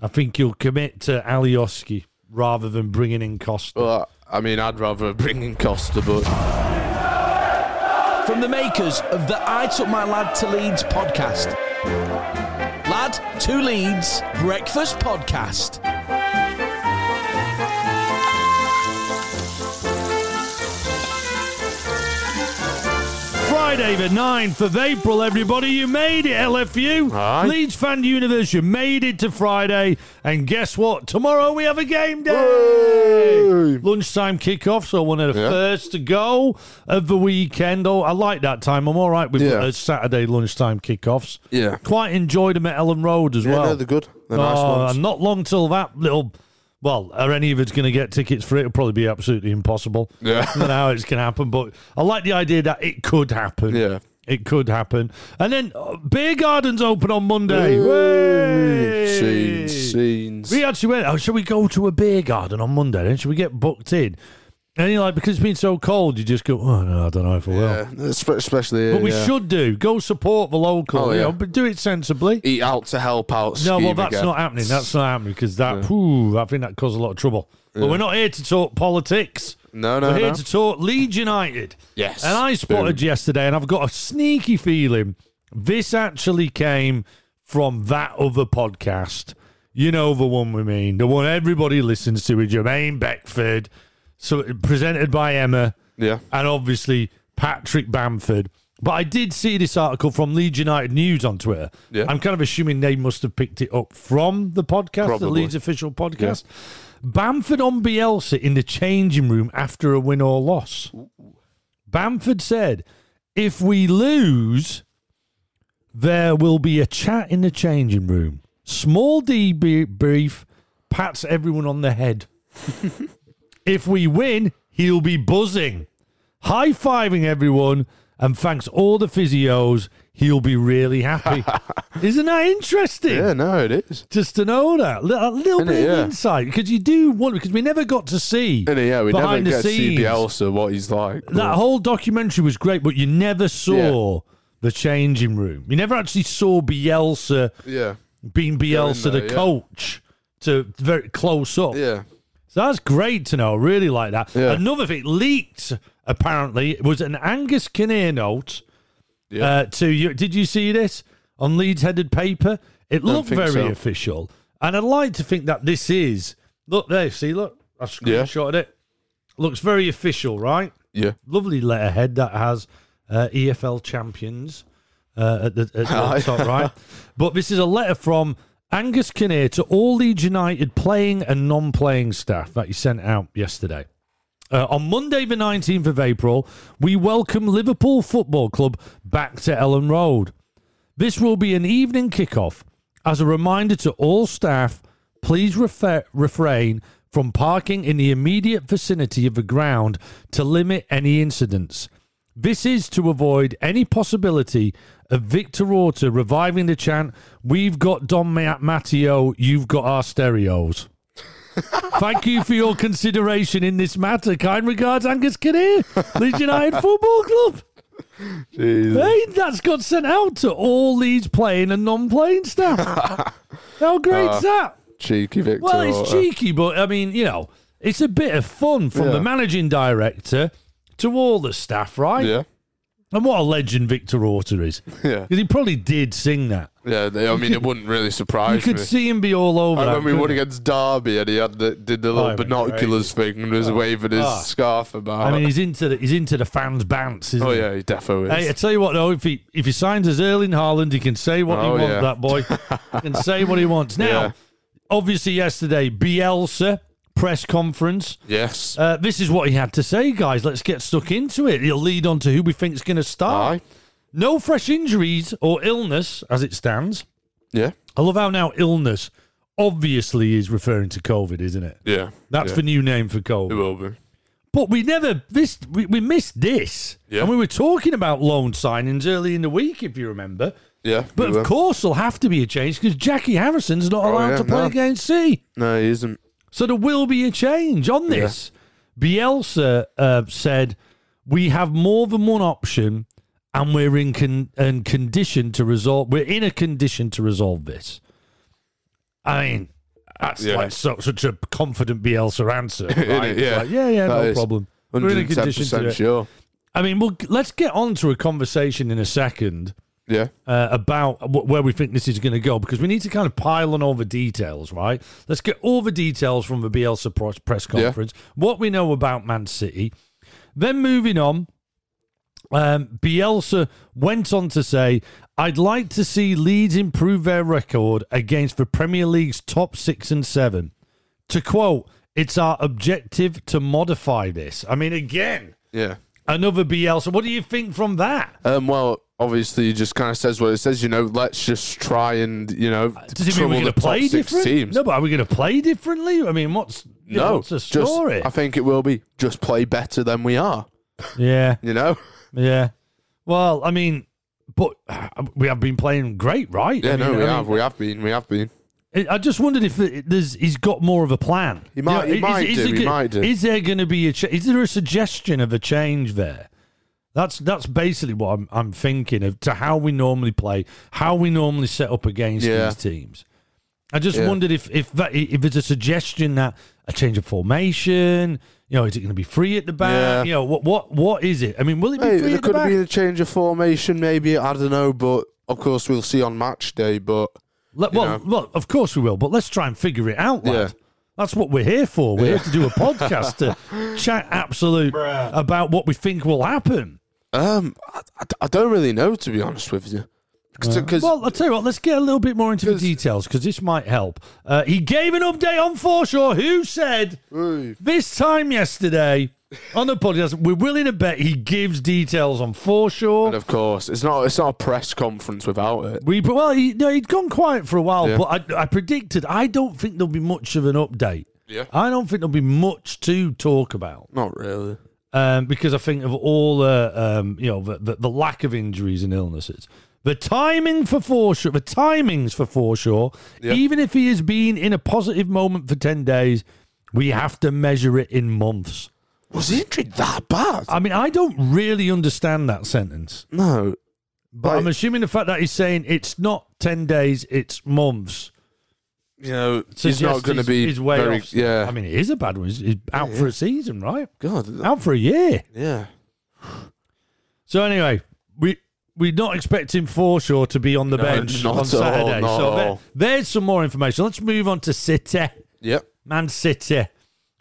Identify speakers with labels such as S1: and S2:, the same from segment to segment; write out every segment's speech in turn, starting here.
S1: I think he'll commit to Alioski rather than bringing in Costa.
S2: Well, I mean, I'd rather bring in Costa, but
S3: From the makers of the I Took My Lad to Leeds podcast. Lad to Leeds Breakfast Podcast.
S1: Friday, the 9th of April, everybody. You made it, LFU.
S2: Aye.
S1: Leeds Fan Universe, you made it to Friday. And guess what? Tomorrow we have a game day.
S2: Whey!
S1: Lunchtime kickoff, so one of the
S2: Yeah.
S1: first to go of the weekend. Oh, I like that time. I'm all right with
S2: Yeah.
S1: uh, Saturday lunchtime kickoffs.
S2: Yeah.
S1: Quite enjoyed them at Ellen Road as
S2: yeah,
S1: well.
S2: no, they're good. They're nice
S1: Oh,
S2: ones.
S1: and not long till that little. Well, are any of us going to get tickets for it? It'll probably be absolutely impossible.
S2: Yeah.
S1: I don't know how it's going to happen, but I like the idea that it could happen.
S2: Yeah.
S1: It could happen. And then uh, Beer Garden's open on Monday. Way!
S2: Scenes, scenes.
S1: We actually went, oh, shall we go to a beer garden on Monday? Then should we get booked in? And you're like, because it's been so cold, you just go, oh, no, I don't know if I will.
S2: Yeah, espe- especially uh, here,
S1: But we
S2: yeah.
S1: should do. Go support the local.
S2: Oh,
S1: you
S2: yeah.
S1: know, but do it sensibly.
S2: eat out to help out.
S1: No, well,
S2: scheme
S1: that's
S2: again.
S1: not happening. That's not happening because that, phew, I think that caused a lot of trouble. But we're not here to talk politics.
S2: No, no,
S1: We're here
S2: no.
S1: to talk Leeds United.
S2: Yes.
S1: And I spotted yesterday, and I've got a sneaky feeling this actually came from that other podcast. You know the one we mean, the one everybody listens to with Jermaine Beckford, so presented by Emma
S2: Yeah.
S1: and obviously Patrick Bamford. But I did see this article from Leeds United News on Twitter.
S2: Yeah.
S1: I'm kind of assuming they must have picked it up from the podcast, the
S2: Probably.
S1: Leeds official podcast. Bamford on Bielsa in the changing room after a win or loss. Bamford said, if we lose, there will be a chat in the changing room. Small debrief, pats everyone on the head. if we win, he'll be buzzing, high fiving everyone, and thanks all the physios. He'll be really happy. Isn't that interesting?
S2: Yeah, no, it is.
S1: Just to know that Li- a little
S2: Isn't it?
S1: bit of
S2: Yeah.
S1: insight because you do want because we never got to see
S2: And yeah, we
S1: behind
S2: never
S1: the
S2: get to see
S1: scenes
S2: Bielsa what he's like.
S1: that whole documentary was great, but you never saw the changing room. You never actually saw Bielsa
S2: yeah,
S1: being Bielsa,
S2: there,
S1: the
S2: yeah.
S1: coach, to very close up.
S2: yeah.
S1: So that's great to know. I really like that.
S2: Yeah.
S1: Another thing leaked apparently was an Angus Kinnear note.
S2: Yeah.
S1: Uh, to you, did you see this on Leeds headed paper? It looked
S2: think
S1: very
S2: so.
S1: official, and I'd like to think that this is. Look there, see, look, I screenshotted it. Looks very official, right?
S2: Yeah,
S1: lovely letterhead that has uh, EFL champions uh, at the, at the top right. But this is a letter from Angus Kinnear to all Leeds United playing and non-playing staff that he sent out yesterday. Uh, on Monday, the 19th of April, we welcome Liverpool Football Club back to Ellen Road. This will be an evening kickoff. As a reminder to all staff, please refer- refrain from parking in the immediate vicinity of the ground to limit any incidents. This is to avoid any possibility of Victor Orta reviving the chant, We've got Don Ma- Matteo, you've got our stereos. Thank you for your consideration in this matter. Kind regards, Angus Kinnear, Leeds United Football Club. Hey, that's got sent out to all Leeds playing and non-playing staff. How great's
S2: Uh,
S1: that?
S2: cheeky Victor. uh,
S1: Well, it's
S2: Orta.
S1: cheeky, but I mean, you know, it's a bit of fun from the
S2: Yeah.
S1: managing director to all the staff, right?
S2: Yeah,
S1: And what a legend Victor Orta is.
S2: Yeah.
S1: 'Cause he probably did sing that.
S2: yeah. They, I mean, it wouldn't really
S1: You
S2: surprise
S1: could
S2: me.
S1: see him be all over
S2: I
S1: that.
S2: remember we won
S1: couldn't you?
S2: against Derby and he had the, did the little
S1: Oh,
S2: binoculars thing and was waving his
S1: Ah.
S2: scarf about.
S1: I mean, he's into the he's into the fans' bants, isn't
S2: oh
S1: he?
S2: yeah, he defo is.
S1: Hey, I tell you what though, if he if he signs as Erling Haaland, he can say what he
S2: Oh,
S1: wants.
S2: yeah.
S1: That boy He can say what he wants. Now,
S2: Yeah.
S1: obviously, yesterday Bielsa press conference.
S2: yes.
S1: Uh, this is what he had to say, guys. Let's get stuck into it. He'll lead on to who we think is going to start.
S2: Aye.
S1: No fresh injuries or illness as it stands.
S2: Yeah.
S1: I love how now illness obviously is referring to COVID, isn't it?
S2: Yeah.
S1: That's
S2: yeah.
S1: the new name for COVID.
S2: It will be.
S1: But we never this we, we missed this,
S2: Yeah.
S1: and we were talking about loan signings early in the week, if you remember.
S2: Yeah.
S1: But
S2: it
S1: of
S2: will. Oh,
S1: course, there'll have to be a change because Jackie Harrison's not allowed
S2: yeah,
S1: to play
S2: no.
S1: against C.
S2: No, he isn't.
S1: So there will be a change on this. Bielsa uh, said, "We have more than one option, and we're in con- and condition to resolve. We're in a condition to resolve this." I mean, That's
S2: Yeah.
S1: like so, such a confident Bielsa answer. Right? It's
S2: Yeah.
S1: like, yeah, yeah,
S2: That
S1: no
S2: is
S1: problem. We're in a condition to do
S2: 110%
S1: it.
S2: sure.
S1: I mean, we'll, let's get on to a conversation in a second
S2: Yeah.
S1: uh, about wh- where we think this is going to go because we need to kind of pile on all the details, right? Let's get all the details from the Bielsa press, press
S2: Yeah.
S1: conference, what we know about Man City. Then moving on, um, Bielsa went on to say, I'd like to see Leeds improve their record against the Premier League's top six and seven. To quote, it's our objective to modify this. I mean, again,
S2: Yeah.
S1: another Bielsa. What do you think from that?
S2: Um, well, obviously, it just kind of says what it says. You know, let's just try and you know
S1: Uh, Does it mean
S2: trouble
S1: we're going
S2: the
S1: to
S2: top
S1: play
S2: six
S1: different?
S2: teams.
S1: No, but are we going to play differently? I mean, what's you know,
S2: No,
S1: what's the
S2: just-
S1: story?
S2: I think it will be just play better than we are.
S1: yeah,
S2: You know,
S1: yeah. Well, I mean, but we have been playing great, right?
S2: yeah,
S1: I mean,
S2: no, we
S1: I mean,
S2: have, we have been, we have been.
S1: I I just wondered if it- there's, he's got more of a plan.
S2: He might- he might do,
S1: there
S2: he
S1: go-
S2: might do.
S1: Is there going to be a? Ch- is there a suggestion of a change there? That's that's basically what I'm, I'm thinking of to how we normally play, how we normally set up against
S2: Yeah.
S1: these teams. I just
S2: Yeah.
S1: wondered if if that, if it's a suggestion that a change of formation, you know, is it going to be free at the back?
S2: Yeah.
S1: You know, what what what is it? I mean, will it be
S2: Hey,
S1: free
S2: there
S1: at the
S2: could
S1: back?
S2: have been a change of formation, maybe. I don't know, but of course we'll see on match day. But
S1: Let, well,
S2: know.
S1: well, of course we will, but let's try and figure it out, lad.
S2: Yeah.
S1: That's what we're here for. We're here to do a podcast to chat absolute about what we think will happen.
S2: um, I, I, I don't really know to be honest with you, because
S1: Well, I'll tell you what, let's get a little bit more into the
S2: 'Cause-
S1: details because this might help. Uh, he gave an update on Forshaw, who said this time yesterday on the podcast, we're willing to bet he gives details on Forshaw.
S2: of course it's not it's not a press conference without it.
S1: We but well, he, no, he'd gone quiet for a while,
S2: Yeah.
S1: but I, I predicted. I don't think there'll be much of an update.
S2: Yeah.
S1: I don't think there'll be much to talk about
S2: Not really.
S1: um, because I think of all uh, um, you know the, the, the lack of injuries and illnesses. The timing for Forshaw, the timings for Forshaw,
S2: Yeah.
S1: even if he has been in a positive moment for ten days, we have to measure it in months.
S2: Was he injured that bad?
S1: I mean, I don't really understand that sentence.
S2: no,
S1: But I'm assuming the fact that he's saying it's not 10 days, it's months.
S2: you know, he's
S1: suggests
S2: not going to
S1: he's-
S2: be
S1: he's way
S2: very.
S1: off. still.
S2: Yeah,
S1: I mean, Ah. it is a bad one. He's, he's out for a season, right?
S2: God,
S1: Out for a year.
S2: yeah.
S1: So anyway, we we're not expecting Forshaw to be on the
S2: No,
S1: bench
S2: not
S1: on
S2: at all,
S1: Saturday.
S2: not
S1: so
S2: at
S1: there-
S2: all.
S1: there's some more information. Let's move on to City,
S2: Yep.
S1: Man City.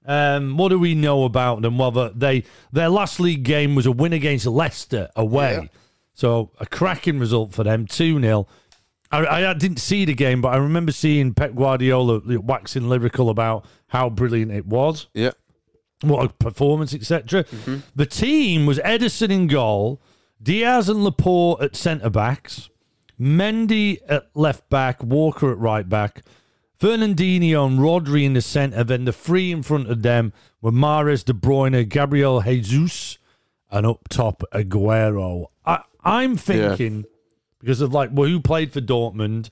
S1: Um, what do we know about them? Well, the- they their last league game was a win against Leicester away,
S2: Yeah.
S1: so a cracking result for them, two 0 I, I didn't see the game, but I remember seeing Pep Guardiola waxing lyrical about how brilliant it was
S2: Yep.
S1: what a performance, etc. The team was Edison in goal, Diaz and Laporte at centre backs, Mendy at left back, Walker at right back, Fernandinho and Rodri in the centre. Then the three in front of them were Mares, De Bruyne, Gabriel Jesus, and up top Aguero. I, I'm thinking because of like well, who played for Dortmund.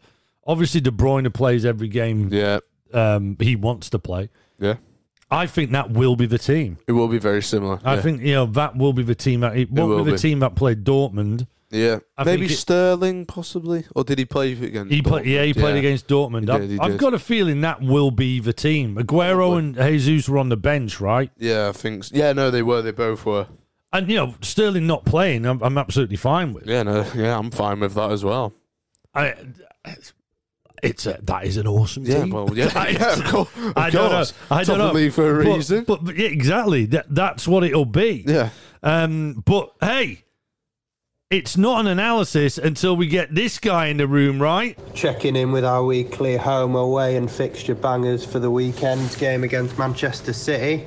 S1: Obviously, De Bruyne plays every game
S2: Yeah.
S1: um, he wants to play.
S2: Yeah.
S1: I think that will be the team.
S2: It will be very similar.
S1: I
S2: yeah.
S1: think you know that will be the team. That, it won't
S2: will
S1: be the
S2: be.
S1: team that played Dortmund.
S2: Yeah.
S1: I
S2: Maybe
S1: think it-
S2: Sterling, possibly, or did he play again?
S1: He played, yeah, he played against Dortmund.
S2: He
S1: I've,
S2: did, he
S1: I've
S2: did.
S1: got a feeling that will be the team. Aguero and Jesus were on the bench, right?
S2: Yeah, I think. So. Yeah, no, they were. They both were.
S1: And you know Sterling not playing, I'm, I'm absolutely fine with.
S2: Yeah, no, yeah, I'm fine with that as well.
S1: I, it's a, that is an awesome
S2: Yeah,
S1: team.
S2: well, yeah, yeah of course. Of
S1: I don't
S2: course.
S1: know. I don't
S2: Top
S1: know
S2: of league for a
S1: But-
S2: reason.
S1: But, but yeah, exactly, that, that's what it'll be.
S2: yeah,
S1: Um, but hey, it's not an analysis until we get this guy in the room, right?
S4: Checking in with our weekly home, away, and fixture bangers for the weekend's game against Manchester City.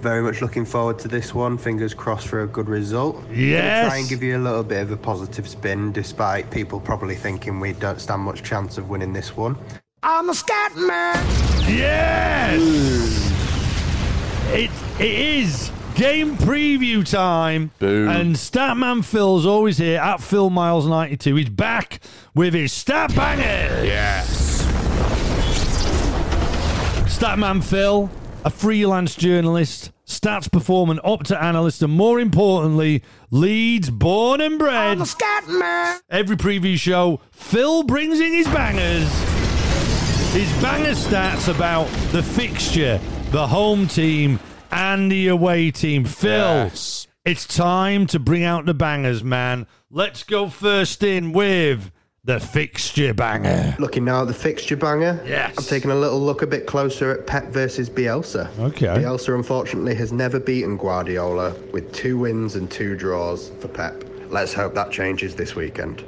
S4: Very much looking forward to this one. Fingers crossed for a good result.
S1: Yes.
S4: Gonna try and give you a little bit of a positive spin, despite people probably thinking we don't stand much chance of winning this one.
S1: Yes! It, it is game preview time.
S2: Boom.
S1: And Statman Phil's always here at Phil Miles 92. He's back with his Stat Bangers. Statman Phil, a freelance journalist, stats performer, opta analyst, and more importantly, Leeds born and bred. Every preview show, Phil brings in his bangers. His banger stats about the fixture, the home team, and the away team. Phil,
S2: Yes.
S1: it's time to bring out the bangers, man. Let's go first in with the fixture banger.
S4: Looking now at the fixture banger,
S1: Yes.
S4: I've taken a little look a bit closer at Pep versus Bielsa.
S1: Okay.
S4: Bielsa, unfortunately, has never beaten Guardiola with two wins and two draws for Pep. Let's hope that changes this weekend.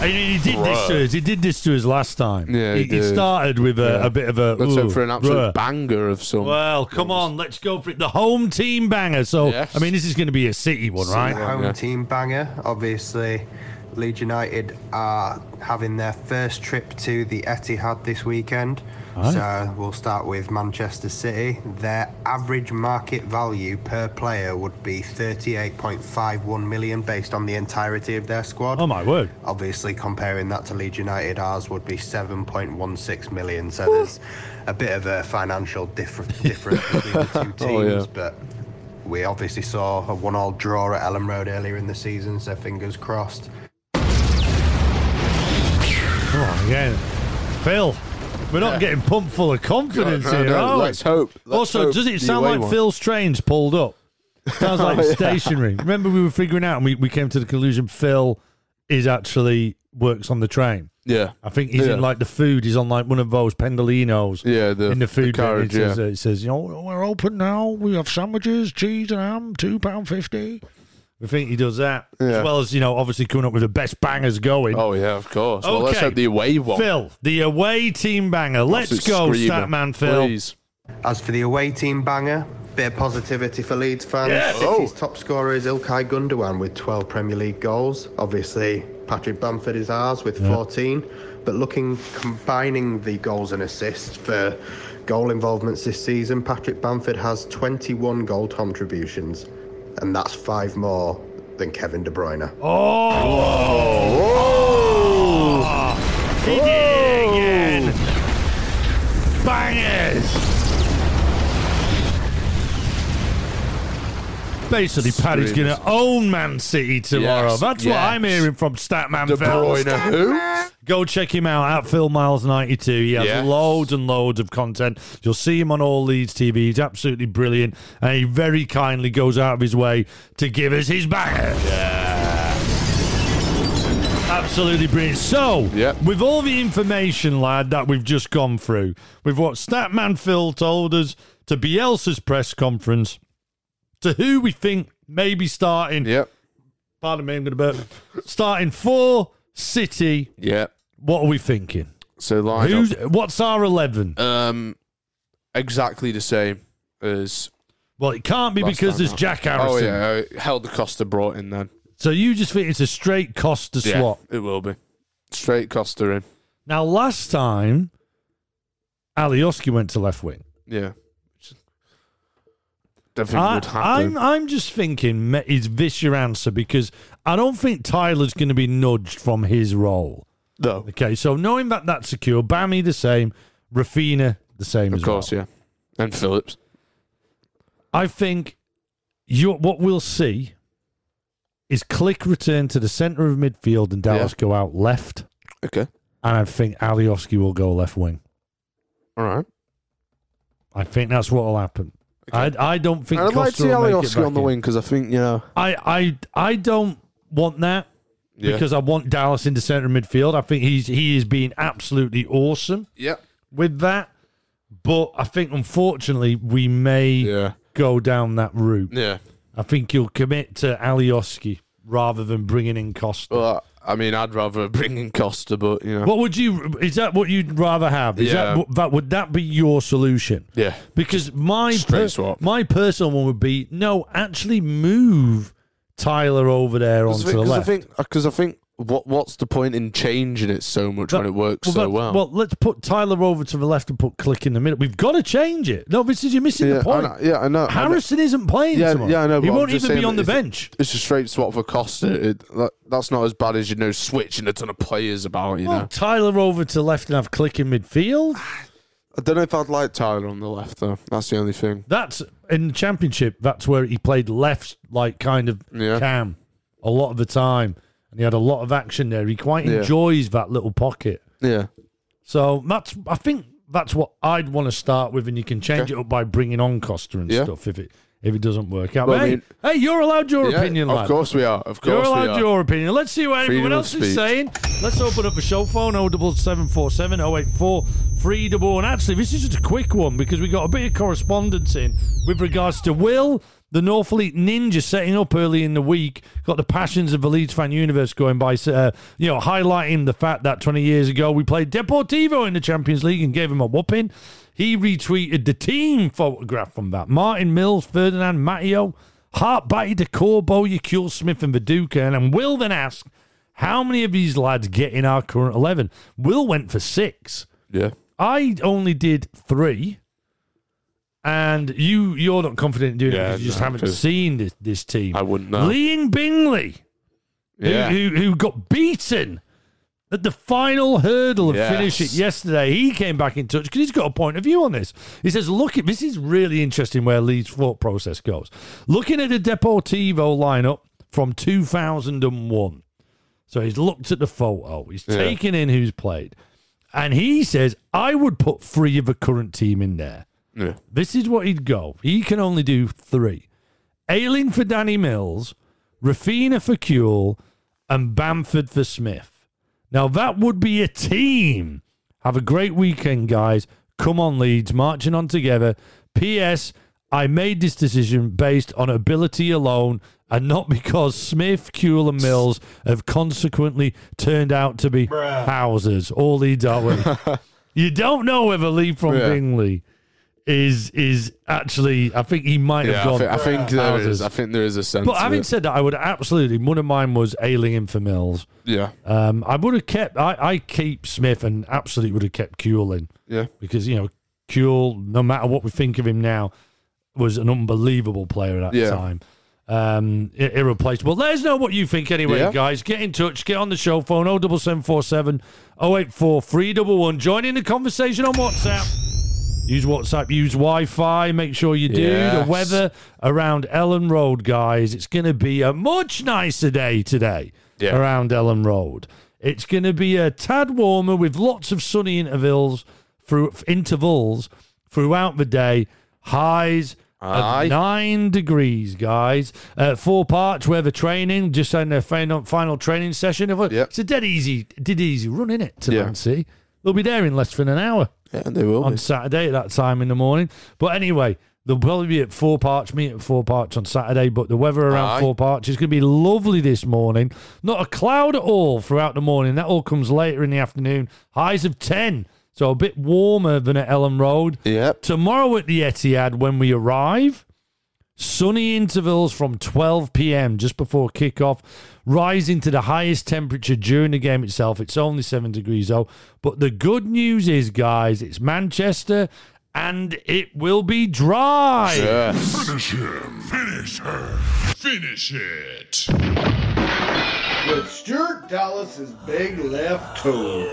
S1: I mean, he did this
S2: Bruh.
S1: to us. He did this to us last time.
S2: Yeah, he did.
S1: started with a, a bit of a.
S2: Let's
S1: "Ooh,
S2: hope for an absolute
S1: bruh."
S2: banger of some.
S1: Well, come on, let's go for it. The home team banger. So,
S2: Yes.
S1: I mean, this is going to be a city one,
S4: The
S1: right?
S4: home team banger, obviously. Leeds United are having their first trip to the Etihad this weekend. So we'll start with Manchester City. Their average market value per player would be 38.51 million based on the entirety of their squad.
S1: Oh my word!
S4: Obviously, comparing that to Leeds United, ours would be 7.16 million. So there's a bit of a financial differ- difference between the two teams.
S2: Oh, yeah.
S4: But we obviously saw a one-all draw at Ellen Road earlier in the season. So fingers crossed.
S1: Come on again, Oh, Phil. We're not getting pumped full of confidence
S2: No, no,
S1: here,
S2: no,
S1: are we?
S2: let's hope- let's
S1: also,
S2: hope
S1: does
S2: the
S1: it sound
S2: away
S1: like
S2: one-
S1: Phil's train's pulled up? Sounds like stationary. Remember, we were figuring out, and we, we came to the conclusion Phil is actually works on the train.
S2: Yeah.
S1: I think he's
S2: Yeah.
S1: in like the food. He's on like one of those pendolinos.
S2: Yeah, the-
S1: in the
S2: the
S1: food
S2: carriage,
S1: bin. It, says,
S2: yeah.
S1: uh, it says, you know, we're open now. We have sandwiches, cheese, and ham, two pound fifty. We think he does that
S2: Yeah.
S1: as well as you know, obviously coming up with the best bangers going.
S2: Oh yeah, of course. Well, let's
S1: Okay.
S2: hope the away one.
S1: Phil, the away team banger. Let's
S2: Absolute
S1: go,
S2: screamer.
S1: Statman Phil.
S2: Please.
S4: As for the away team banger, bit of positivity for Leeds fans.
S1: Yes.
S4: City's top scorer is Ilkay Gundogan with 12 Premier League goals. Obviously, Patrick Bamford is ours with 14. But looking, combining the goals and assists for goal involvements this season, Patrick Bamford has 21 goal contributions, and that's five more than Kevin De Bruyne.
S1: Oh! He did it again. Bangers! Basically, Paddy's going
S2: Screamers.
S1: to own Man City tomorrow.
S2: Yes,
S1: That's what
S2: yes.
S1: I'm hearing from Statman
S2: De
S1: Phil.
S2: Bruyne, who?
S1: Go check him out at Phil Miles ninety two. He has
S2: Yes.
S1: loads and loads of content. You'll see him on all Leeds TV. He's absolutely brilliant, and he very kindly goes out of his way to give us his banger. Absolutely brilliant. So,
S2: Yep.
S1: with all the information, lad, that we've just gone through, with what Statman Phil told us, to Bielsa's press conference, to who we think may be starting.
S2: Yep.
S1: Pardon me, I'm going to burp. starting for City.
S2: Yep.
S1: What are we thinking?
S2: So line up.
S1: Who's what's our eleven?
S2: um, exactly the same as
S1: well, it can't be
S2: last
S1: because
S2: time
S1: there's
S2: round.
S1: Jack Harrison.
S2: Oh yeah, held the Costa brought in then.
S1: So you just think it's a straight Costa
S2: Yeah,
S1: swap.
S2: it will be straight Costa in.
S1: Now, last time, Alioski went to left wing.
S2: Yeah, don't think it
S1: I,
S2: would happen.
S1: I'm I'm just thinking me- is this your answer because I don't think Tyler's going to be nudged from his role.
S2: though,
S1: Okay, so knowing that that's secure, Bammy the same, Rafina the same.
S2: of
S1: as
S2: course,
S1: well.
S2: yeah, and Phillips.
S1: I think you what we'll see is click return to the centre of midfield and Dallas go out left,
S2: Okay,
S1: and I think Alioski will go left wing.
S2: all right.
S1: I think that's what will happen. I I don't think
S2: And I'd like
S1: Costa
S2: to see
S1: will make it
S2: Alioski
S1: back
S2: on the
S1: in.
S2: wing because I think you know.
S1: I I I don't want that.
S2: Yeah.
S1: because I want Dallas into centre midfield. I think he's he is being absolutely awesome
S2: yeah,
S1: with that. But I think unfortunately we may
S2: yeah,
S1: go down that route.
S2: yeah.
S1: I think he'll commit to Alioski rather than bringing in Costa.
S2: Well, I mean, I'd rather bring in Costa, but you know,
S1: what would you? Is that what you'd rather have? Is
S2: Yeah.
S1: that that would that be your solution?
S2: yeah,
S1: Because my
S2: straight
S1: per-
S2: swap.
S1: my personal one would be no, actually move Tyler over there onto the
S2: because I
S1: left.
S2: think because I think what what's the point in changing it so much when
S1: That-
S2: it works so
S1: that-
S2: well?
S1: Well, let's put Tyler over to the left and put Click in the middle. We've got to change it. No, this is you're missing
S2: yeah,
S1: the point.
S2: I know, yeah, I know. I know.
S1: Harrison isn't playing
S2: Yeah,
S1: tomorrow.
S2: yeah, I know,
S1: He
S2: but I'm
S1: won't
S2: just
S1: even be
S2: saying
S1: on the
S2: that it's-
S1: bench.
S2: It's a straight swap for Costa. It, that, that's not as bad as you know switching a ton of players about. You
S1: Well,
S2: know,
S1: Oh, Tyler over to left and have Click in midfield.
S2: Ah. I don't know if I'd like Tyler on the left though. That's the only thing.
S1: That's in the championship. That's where he played left, like kind of
S2: Yeah.
S1: cam, a lot of the time, and he had a lot of action there. He quite
S2: Yeah.
S1: enjoys that little pocket.
S2: Yeah.
S1: So that's I think that's what I'd want to start with, and you can change it up by bringing on Costa and
S2: Yeah.
S1: stuff if it if it doesn't work out.
S2: Well,
S1: hey,
S2: I mean-
S1: hey, you're allowed your
S2: Yeah,
S1: opinion,
S2: Of
S1: lad.
S2: course we are. Of
S1: You're
S2: course we
S1: allowed
S2: are.
S1: your opinion. Let's see what
S2: Freedom
S1: everyone
S2: of
S1: else is
S2: speech.
S1: saying. Let's open up a show phone oh, 07747 084 311. Actually, this is just a quick one because we got a bit of correspondence in with regards to Will, the Northfleet Ninja, setting up early in the week. Got the passions of the Leeds fan universe going by, uh, you know, highlighting the fact that 20 years ago we played Deportivo in the Champions League and gave him a whooping. He retweeted the team photograph from that. Martin Mills, Ferdinand Matteo. Hart Batty, De Corbo, Yacule Smith, and Viduka. And Will then asked, How many of these lads get in our current 11? Will went for six.
S2: Yeah.
S1: I only did three. And you, you're not confident in doing it
S2: Yeah,
S1: because you just
S2: no,
S1: haven't
S2: 'cause
S1: seen this, this team.
S2: I wouldn't know.
S1: Liam Bingley,
S2: Yeah.
S1: who, who, who got beaten at the final hurdle of
S2: Yes.
S1: finish it yesterday. He came back in touch because he's got a point of view on this. He says, "Look, at this is really interesting where Leeds' thought process goes. Looking at the Deportivo lineup from 2001, so he's looked at the photo. He's
S2: Yeah.
S1: taken in who's played, and he says, I would put three of the current team in there.
S2: Yeah.
S1: This is what he'd go. He can only do three. Ailing for Danny Mills, Rafina for Kuehl, and Bamford for Smith. Now that would be a team. Have a great weekend, guys. Come on, Leeds, marching on together. P.S. I made this decision based on ability alone and not because Smith, Kuehl, and Mills have consequently turned out to be houses. All Leeds are winning. you don't know whether Lee from
S2: Yeah.
S1: Bingley is is actually I think he might have
S2: Yeah, I,
S1: gone.
S2: thi- I think there
S1: Houses.
S2: is. I think there is a sense.
S1: but
S2: of
S1: having
S2: it.
S1: said that, I would absolutely one of mine was ailing him for Mills.
S2: yeah,
S1: Um, I would have kept I, I keep Smith and absolutely would have kept Kuehl in
S2: yeah,
S1: because you know Kuehl, no matter what we think of him now, was an unbelievable player at that
S2: Yeah.
S1: time. Um, i- irreplaceable. Let us know what you think anyway,
S2: Yeah.
S1: guys. Get in touch, get on the show phone 07747 084 311. Join in the conversation on WhatsApp. Use WhatsApp, use Wi Fi. Make sure you do.
S2: Yes.
S1: The weather around Ellen Road, guys, it's going to be a much nicer day today
S2: Yeah.
S1: around Ellen Road. It's going to be a tad warmer with lots of sunny intervals through intervals throughout the day. Highs
S2: Aye.
S1: of nine degrees, guys. Uh, four parts weather training, just in their final, final training session.
S2: Yep.
S1: It's a dead easy, did easy run in it to
S2: Yeah.
S1: Lancy. They'll be there in less than an hour
S2: yeah. And they will.
S1: on
S2: Be.
S1: Saturday at that time in the morning. But anyway, they'll probably be at Four Parts, meet at Four Parts on Saturday. But the weather around
S2: Aye.
S1: Four Parts is going to be lovely this morning. Not a cloud at all throughout the morning. That all comes later in the afternoon. Highs of 10, so a bit warmer than at Ellen Road.
S2: Yep.
S1: Tomorrow at the Etihad, when we arrive, sunny intervals from 12 p.m. just before kickoff, rising to the highest temperature during the game itself. It's only seven degrees though. But the good news is, guys, it's Manchester and it will be dry.
S2: Yes.
S5: Finish him! Finish her! Finish it!
S6: with Stuart Dallas's big left toe.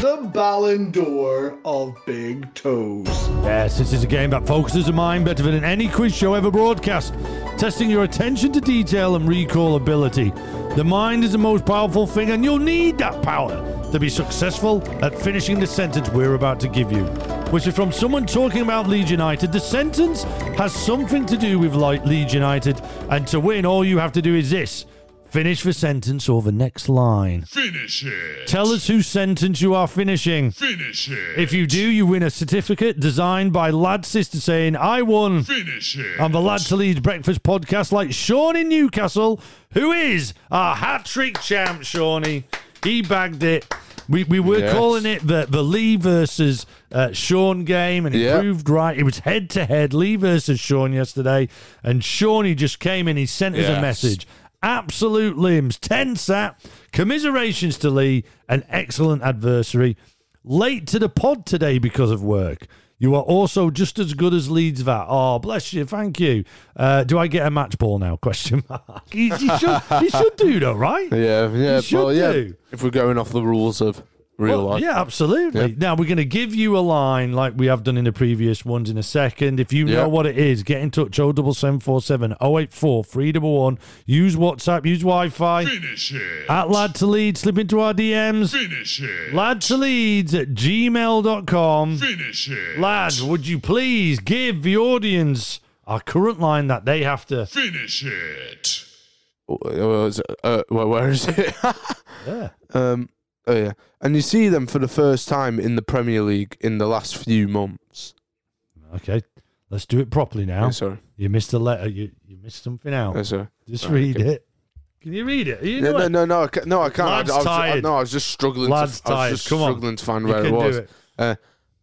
S6: The Ballon d'Or of Big Toes.
S1: Yes, this is a game that focuses the mind better than any quiz show ever broadcast, testing your attention to detail and recall ability. The mind is the most powerful thing, and you'll need that power to be successful at finishing the sentence we're about to give you. Which is from someone talking about Leeds United. The sentence has something to do with like Leeds United, and to win, all you have to do is this finish the sentence or the next line.
S5: Finish it!
S1: Tell us whose sentence you are finishing.
S5: Finish it!
S1: If you do, you win a certificate designed by Lad Sister saying, I won
S5: Finish it!
S1: on the Lad to Leeds Breakfast podcast, like Sean in Newcastle, who is our hat trick champ, Shawnee. He bagged it. We, we were
S2: Yes.
S1: calling it the, the Lee versus uh, Sean game, and it
S2: Yeah.
S1: proved right. It was head to head, Lee versus Sean yesterday, and Shawnee just came in. He sent us a
S2: Yes.
S1: message. Absolute limbs, 10 sat, commiserations to Lee, an excellent adversary. Late to the pod today because of work. You are also just as good as Leeds that. Oh, bless you. Thank you. Uh, do I get a match ball now? Question mark. He, he should, he should do though, right?
S2: Yeah. Yeah.
S1: should
S2: well, yeah.
S1: do.
S2: If we're going off the rules of real
S1: Well,
S2: life.
S1: Oh, Yeah, absolutely.
S2: Yeah.
S1: Now we're going to give you a line like we have done in the previous ones in a second. If you
S2: Yeah.
S1: know what it is, get in touch. O double seven four seven O eight four three double one. Use WhatsApp. Use Wi-Fi.
S5: Finish it.
S1: At lad to lead, slip into our DMs.
S5: Finish it.
S1: Lad to leads at gmail.com.
S5: Finish it.
S1: Lad, would you please give the audience our current line that they have to?
S5: Finish it.
S2: Uh, is it- uh, where- where is it?
S1: Yeah.
S2: um, oh yeah, and you see them for the first time in the Premier League in the last few months.
S1: Okay, let's do it properly now.
S2: Oh, sorry,
S1: You missed a letter. You you missed something out.
S2: oh, sorry.
S1: Just
S2: Right,
S1: read
S2: okay.
S1: it. Can you read it? You
S2: No,
S1: know
S2: no,
S1: it.
S2: no, no, I can't. No, I can't. I-
S1: Lad's
S2: I, was, I-
S1: tired.
S2: no, I was just struggling.
S1: Lad's
S2: to, I
S1: tired.
S2: was just
S1: Come on.
S2: struggling to find
S1: You
S2: where it
S1: can do
S2: was.
S1: it.
S2: Uh,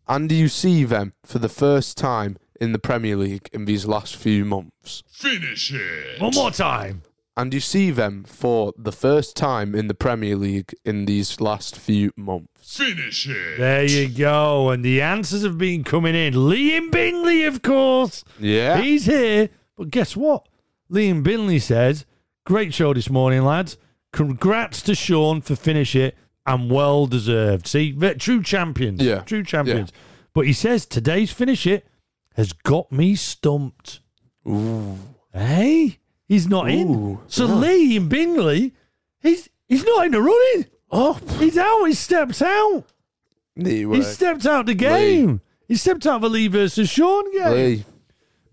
S2: and you see them for the first time in the Premier League in these last few months.
S5: Finish it.
S1: One more time.
S2: And you see them for the first time in the Premier League in these last few months.
S5: Finish it.
S1: There you go. And the answers have been coming in. Liam Bingley, of course.
S2: Yeah.
S1: He's here. But guess what? Liam Bingley says, Great show this morning, lads. Congrats to Sean for finish it and well deserved. See, they're true champions.
S2: Yeah.
S1: True champions. But he says today's finish it has got me stumped. Ooh. Hey? He's not in.
S2: Ooh,
S1: So Liam Bingley, he's he's not in the running. Oh. He's out. He stepped out.
S2: He
S1: He stepped out the game. He stepped out of the Lee versus Sean game.
S2: Lee.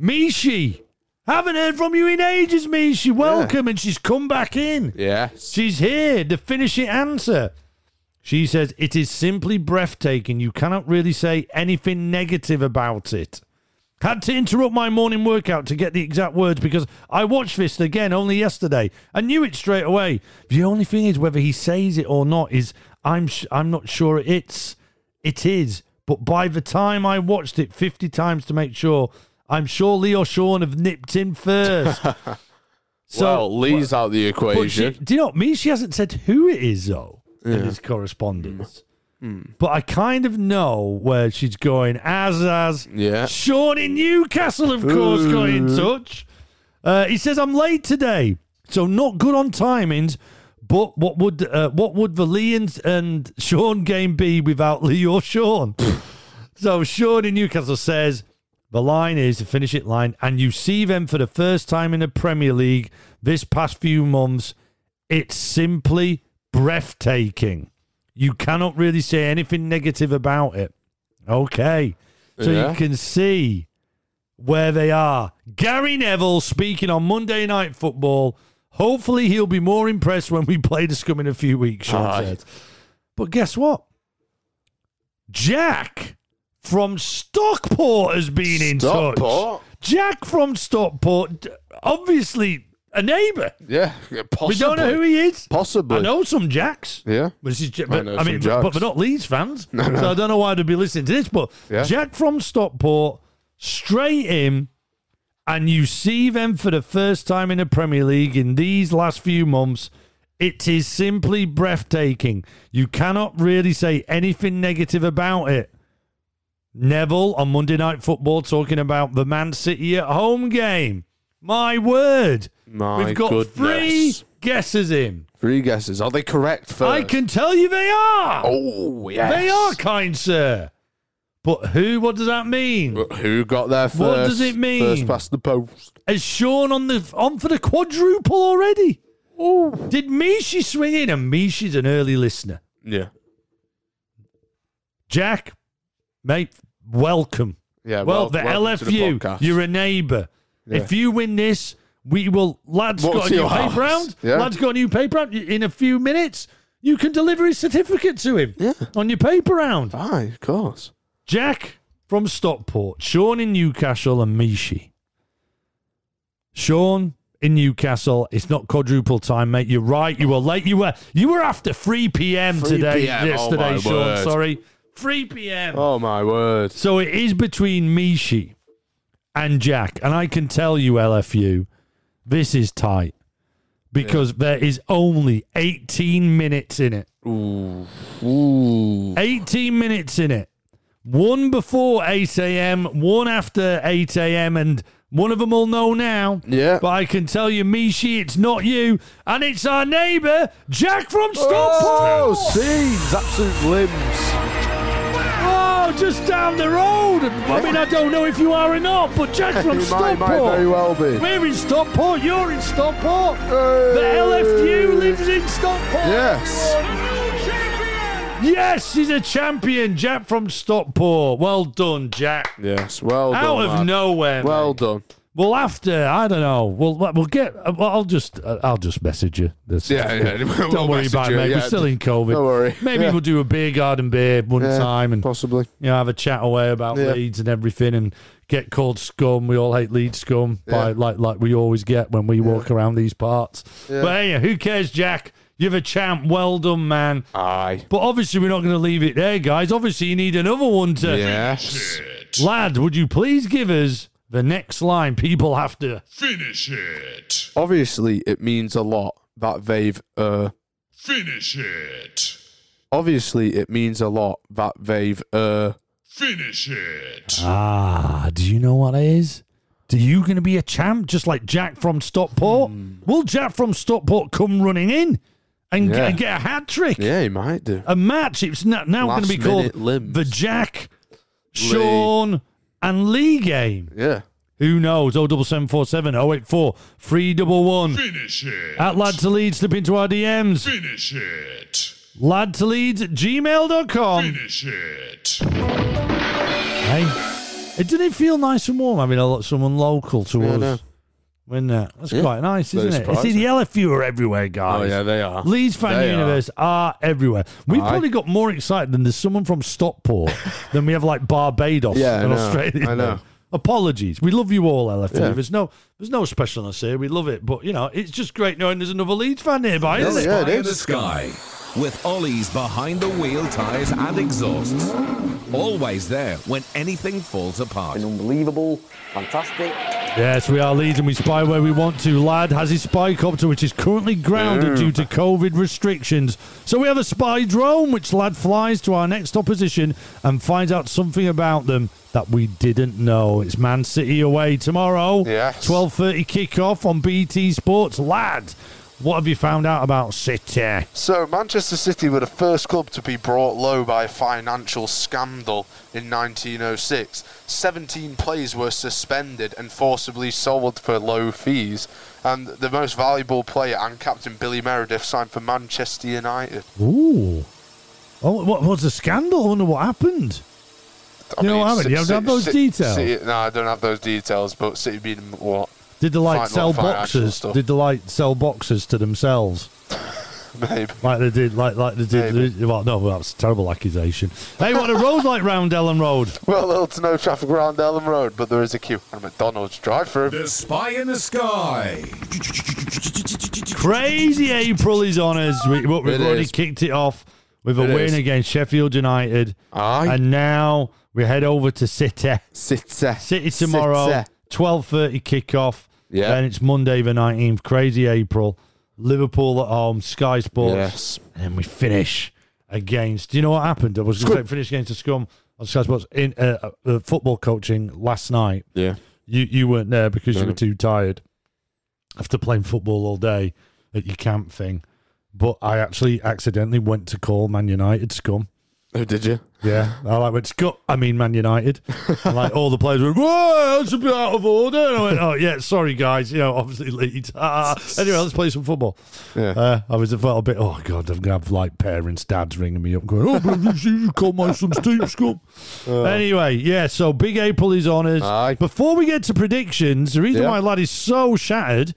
S1: Mishi. Haven't heard from you in ages, Mishi. Welcome. And she's come back in.
S2: Yes.
S1: She's here to finish it answer. She says, It is simply breathtaking. You cannot really say anything negative about it. Had to interrupt my morning workout to get the exact words because I watched this again only yesterday. I knew it straight away. The only thing is whether he says it or not is I'm sh- I'm not sure it's it is. But by the time I watched it 50 times to make sure, I'm sure Lee or Sean have nipped him first. so
S2: well, Lee's out the
S1: but she,
S2: equation.
S1: do you know what? Me, she hasn't said who it is though in his correspondence. But I kind of know where she's going. As as
S2: Yeah.
S1: Sean in Newcastle, of course, got in touch. Uh, he says I'm late today, so not good on timings. But what would uh, what would the Lee and, and Sean game be without Lee or Sean? so Sean in Newcastle says the line is the finish it line, and you see them for the first time in the Premier League this past few months. It's simply breathtaking. You cannot really say anything negative about it. Okay. So
S2: Yeah.
S1: you can see where they are. Gary Neville speaking on Monday Night Football. Hopefully he'll be more impressed when we play the scum in a few weeks, Sean
S2: Aye.
S1: said. But guess what? Jack from Stockport has been in touch.
S2: Stockport?
S1: Jack from Stockport, d- obviously a neighbour.
S2: Yeah. yeah, Possibly.
S1: We don't know who he is.
S2: Possibly.
S1: I know some Jacks.
S2: Yeah.
S1: But this is Jack,
S2: I
S1: but,
S2: know
S1: I mean,
S2: some
S1: but- but
S2: Jacks.
S1: they're not Leeds fans, so I don't know why they'd be listening to this. But
S2: Yeah.
S1: Jack from Stockport, straight in, and you see them for the first time in the Premier League in these last few months. It is simply breathtaking. You cannot really say anything negative about it. Neville on Monday Night Football talking about the Man City at home game. My word.
S2: My
S1: We've got
S2: goodness.
S1: three guesses in.
S2: Three guesses. Are they correct first?
S1: I can tell you they are.
S2: Oh, yes.
S1: They are kind, sir. But who? What does that mean?
S2: But who got there first?
S1: What does it mean?
S2: First past the post.
S1: Is Sean on the on for the quadruple already? Did Mishi swing in? And Mishi's an early listener.
S2: Yeah.
S1: Jack, mate, welcome.
S2: Yeah.
S1: Well, the
S2: welcome to
S1: LFU,
S2: podcast.
S1: you're a neighbour. If you win this, we will. Lad's
S2: Walk
S1: got a
S2: to
S1: new
S2: your
S1: paper
S2: house.
S1: round.
S2: Yeah.
S1: Lad's got a new paper round. In a few minutes, you can deliver his certificate to him on your paper round.
S2: Aye, of course.
S1: Jack from Stockport, Sean in Newcastle, and Mishi. Sean in Newcastle, it's not quadruple time, mate. You're right. You were late. You were you were after 3 p.m.
S2: 3
S1: today,
S2: PM, oh
S1: yesterday,
S2: my
S1: Sean.
S2: word.
S1: Sorry, 3 p.m.
S2: Oh my word.
S1: So it is between Mishi and Jack, and I can tell you, LFU, this is tight because there is only 18 minutes in it.
S2: Ooh.
S1: 18 minutes in it. One before 8 a.m., one after 8 a.m., and One of them will know now.
S2: Yeah.
S1: But I can tell you, Mishi, it's not you. And it's our neighbour, Jack from Stockport.
S2: Oh, scenes, absolute limbs.
S1: Oh, just down the road. I mean, I don't know if you are or not, but Jack from
S2: He might,
S1: Stockport.
S2: might very well be.
S1: We're in Stockport. You're in Stockport. The
S2: Hey.
S1: LFU lives in Stockport.
S2: Yes.
S1: Yes, he's a champion. Jack from Stockport. Well done, Jack.
S2: Yes. Well done.
S1: Out of
S2: lad.
S1: nowhere.
S2: Well done.
S1: Well, after I don't know. We'll we'll get. well, I'll just I'll just message you. This
S2: Yeah, yeah,
S1: Don't
S2: we'll
S1: worry about it,
S2: message you,
S1: mate.
S2: yeah.
S1: We're still in COVID.
S2: Don't worry.
S1: Maybe
S2: Yeah.
S1: we'll do a beer garden beer one
S2: Yeah,
S1: time and
S2: possibly.
S1: you know have a chat away about
S2: Yeah.
S1: Leeds and everything and get called scum. We all hate Leeds scum by
S2: Yeah.
S1: like like we always get when we walk around these parts.
S2: Yeah.
S1: But hey, who cares, Jack? You're a champ. Well done, man.
S2: Aye.
S1: But obviously, we're not going to leave it there, guys. Obviously, you need another one to.
S2: Yes.
S1: Lad, would you please give us the next line people have to.
S5: Finish it.
S2: Obviously, it means a lot that they've. Uh,
S5: Finish it.
S2: obviously, it means a lot that they've. Uh,
S5: Finish it.
S1: Ah, do you know what it is? Do you going to be a champ just like Jack from Stockport?
S2: Hmm.
S1: Will Jack from Stockport come running in and,
S2: Yeah.
S1: g- and get a hat trick?
S2: yeah, he might do.
S1: A match? It's not, now going to be
S2: Last
S1: called
S2: minute limbs.
S1: the Jack, Sean, and Lee game.
S2: Yeah.
S1: Who knows? Oh, 07747 084 311.
S5: Finish it.
S1: At Lad to Leeds, slip into our DMs.
S5: Finish it.
S1: Lad to Leeds at gmail.com.
S5: Finish it.
S1: Hey. It didn't it feel nice and warm having a lot someone local to
S2: Yeah, I know.
S1: us. When that that's
S2: Yeah.
S1: quite nice,
S2: Very Oh,
S1: isn't it? You see, the LFU are everywhere, guys.
S2: they are.
S1: Leeds fan
S2: They are.
S1: universe are. everywhere. We've
S2: Aye.
S1: probably got more excited than there's someone from Stockport than we have like Barbados
S2: Yeah, I
S1: and
S2: know.
S1: Australia.
S2: I know.
S1: Apologies. We love you all, LFU.
S2: Yeah.
S1: There's no there's no specialness here. We love it. But you know, it's just great knowing there's another Leeds fan nearby, isn't it?
S2: Oh, Yeah, it
S7: Fire
S2: is.
S7: the sky with Ollie's behind the wheel tires and exhausts. Always there when anything falls apart.
S8: unbelievable, fantastic.
S1: Yes, we are Leeds and we spy where we want to. Lad has his spy copter, which is currently grounded
S2: Mm.
S1: due to COVID restrictions. So we have a spy drone, which Lad flies to our next opposition and finds out something about them that we didn't know. It's Man City away tomorrow.
S2: Yes.
S1: 12.30 kickoff on BT Sports. Lad, what have you found out about City?
S2: So, Manchester City were the first club to be brought low by a financial scandal in 1906. 17 players were suspended and forcibly sold for low fees. And the most valuable player and captain, Billy Meredith, signed for Manchester United.
S1: Ooh. Oh, what was the scandal? I wonder what happened. You know what happened?
S2: Ci-
S1: You don't
S2: Ci-
S1: have those
S2: Ci-
S1: details?
S2: City- no, I don't have those details, but City beat them, what?
S1: Did they like
S2: Find
S1: sell
S2: more financial
S1: boxes?
S2: stuff.
S1: Did they like sell boxes to themselves?
S2: Maybe.
S1: Like they did, like like they did. Well, no, that's a terrible accusation. Hey, what a road like round Ellen Road.
S2: Well, little to no traffic around Ellen Road, but there is a queue and a McDonald's drive through.
S7: The spy in the sky.
S1: Crazy April is on us. We, but we've
S2: It
S1: already
S2: is.
S1: kicked it off with a
S2: It
S1: win
S2: is.
S1: against Sheffield United,
S2: Aye.
S1: and now we head over to City.
S2: City.
S1: City tomorrow,
S2: City.
S1: twelve thirty kickoff.
S2: Yeah.
S1: and it's Monday the nineteenth. Crazy April. Liverpool at home. Sky Sports.
S2: Yes.
S1: And then we finish against. Do you know what happened? I was going to say finish against the scum on Sky Sports in uh, uh, football coaching last night.
S2: Yeah.
S1: You you weren't there because you
S2: No.
S1: were too tired after playing football all day at your camp thing. But I actually accidentally went to call Man United scum.
S2: Who Oh, did you?
S1: Yeah, I like went scum. I mean Man United. And, like all the players were, whoa, that's a bit out of order. And I went, oh yeah, sorry guys. You know, obviously Leeds. Ah. Anyway, let's play some football.
S2: Yeah.
S1: Uh, I was I felt a bit. Oh god, I'm gonna have like parents, dads ringing me up, going, "Oh, but you see, you call my son's team scum." anyway, yeah. So big April is on us.
S2: Aye.
S1: Before we get to predictions, the reason
S2: Yeah.
S1: why lad is so shattered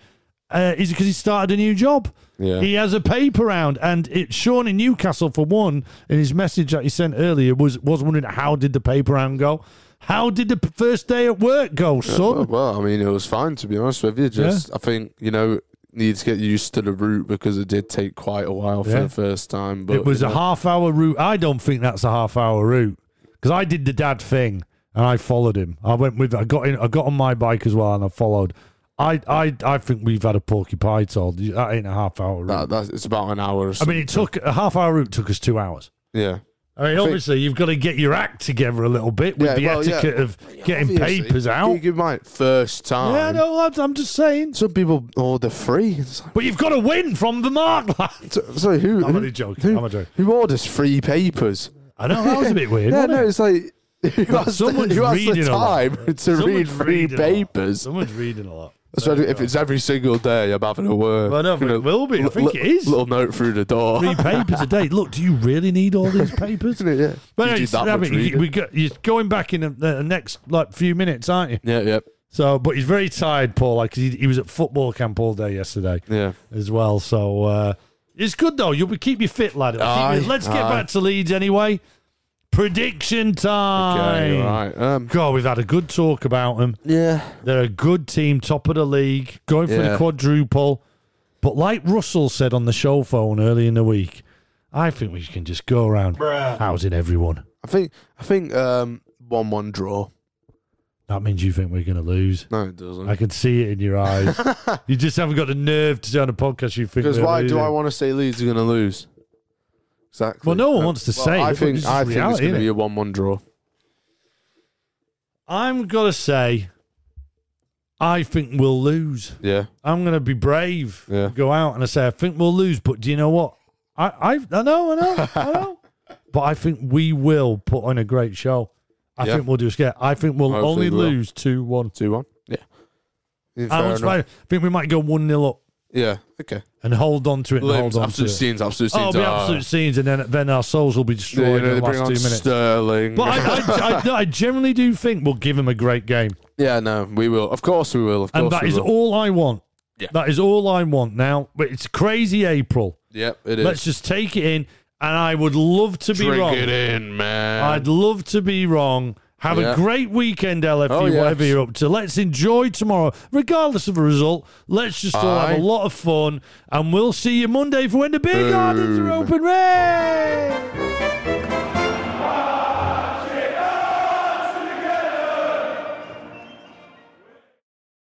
S1: uh, is because he started a new job.
S2: Yeah.
S1: He has a paper round, and it Sean in Newcastle for one. In his message that he sent earlier, was was wondering how did the paper round go? How did the p- first day at work go, son?
S2: Well, Oh, well, I mean, it was fine to be honest with you. Just, I think you know, need to get used to the route because it did take quite a while for
S1: Yeah.
S2: the first time. But
S1: it was
S2: you
S1: a
S2: know,
S1: half hour route. I don't think that's a half hour route because I did the dad thing and I followed him. I went with. I got in. I got on my bike as well and I followed. I I I think we've had a porky pie told. That ain't a half hour route.
S2: That, that's, it's about an hour. Or
S1: I
S2: something.
S1: mean, it took a half hour route took us two hours.
S2: yeah,
S1: I mean, obviously, you've got to get your act together a little bit with
S2: Yeah,
S1: the
S2: well, yeah.
S1: etiquette of getting
S2: Obviously,
S1: papers out.
S2: Keep in mind, first time.
S1: Yeah, no, lads, I'm just saying.
S2: Some people order free. It's like,
S1: But you've got to win from the mark, lad.
S2: so, sorry, who?
S1: I'm
S2: who-
S1: only joking,
S2: Who,
S1: I'm only joking.
S2: who orders free papers?
S1: I know that was a bit weird.
S2: Yeah,
S1: wasn't
S2: no,
S1: it?
S2: it's like who has, the,
S1: someone's
S2: who has
S1: reading
S2: the
S1: a lot.
S2: time to read
S1: Someone's
S2: free
S1: reading a lot.
S2: papers?
S1: Someone's reading a lot.
S2: So if it's every single day, I'm having a word.
S1: Well, no, but it will be. I think it is.
S2: Little note through the door.
S1: Three papers a day. Look, do you really need all these papers?
S2: Isn't it? Yeah.
S1: But
S2: You
S1: no,
S2: do
S1: it's-
S2: that
S1: I
S2: much
S1: mean, you-
S2: reading.
S1: we go, you're going back in the, the next like few minutes, aren't you?
S2: Yeah, yeah,
S1: So, but he's very tired, Paul. Like 'cause he, he was at football camp all day yesterday
S2: yeah.
S1: as well. So uh, it's good though. You'll be keep you fit, lad. It'll keep
S2: Aye,
S1: you- let's get
S2: aye.
S1: back to Leeds anyway. Prediction time.
S2: Okay, right. Um,
S1: God, we've had a good talk about them.
S2: yeah.
S1: They're a good team, top of the league, going for the
S2: Yeah.
S1: quadruple. But like Russell said on the show phone early in the week, I think we can just go around housing everyone.
S2: I think I think um one one draw.
S1: That means you think we're going to lose.
S2: No, it doesn't.
S1: I can see it in your eyes. you just haven't got the nerve to say on a podcast you think.
S2: Because
S1: we're
S2: why do
S1: losing.
S2: I want to say Leeds are going to lose? Exactly.
S1: Well, no one
S2: Um,
S1: wants to say
S2: I
S1: it,
S2: think
S1: but
S2: I
S1: it's
S2: think it's
S1: reality,
S2: going to
S1: innit?
S2: be a one-one draw.
S1: I'm gonna say, I think we'll lose.
S2: Yeah,
S1: I'm gonna be brave.
S2: Yeah.
S1: Go out and I say I think we'll lose. But do you know what? I I, I know I know I know. But I think we will put on a great show. I
S2: Yeah.
S1: think we'll do a scare. I think we'll
S2: Hopefully
S1: only
S2: we will.
S1: lose two one.
S2: two-one. Yeah. Yeah,
S1: I
S2: fair
S1: want to-
S2: enough.
S1: I think we might go one 0 up
S2: yeah. Okay.
S1: and hold on to it. And
S2: Limbs,
S1: hold on to
S2: absolute
S1: it.
S2: scenes. Absolute
S1: Oh,
S2: scenes.
S1: it'll be
S2: Ah.
S1: absolute scenes, and then then our souls will be
S2: Yeah,
S1: destroyed
S2: you know,
S1: in
S2: they
S1: the last
S2: bring
S1: two
S2: on
S1: minutes.
S2: Sterling.
S1: but I, I, I, no, I generally do think we'll give him a great game.
S2: yeah, no, we will. Of course, we will. Of course,
S1: and that
S2: we
S1: is
S2: will.
S1: all I want.
S2: Yeah.
S1: That is all I want now. But it's crazy April.
S2: Yep, it is.
S1: Let's just take it in. And I would love to be
S2: Drink
S1: wrong.
S2: it in, man.
S1: I'd love to be wrong. Have
S2: Yeah.
S1: a great weekend, LFU,
S2: Oh, yes.
S1: whatever you're up to. Let's enjoy tomorrow, regardless of the result. Let's just all have
S2: Aye.
S1: a lot of fun, and we'll see you Monday for when the beer gardens are
S2: Boom.
S1: open. Hooray!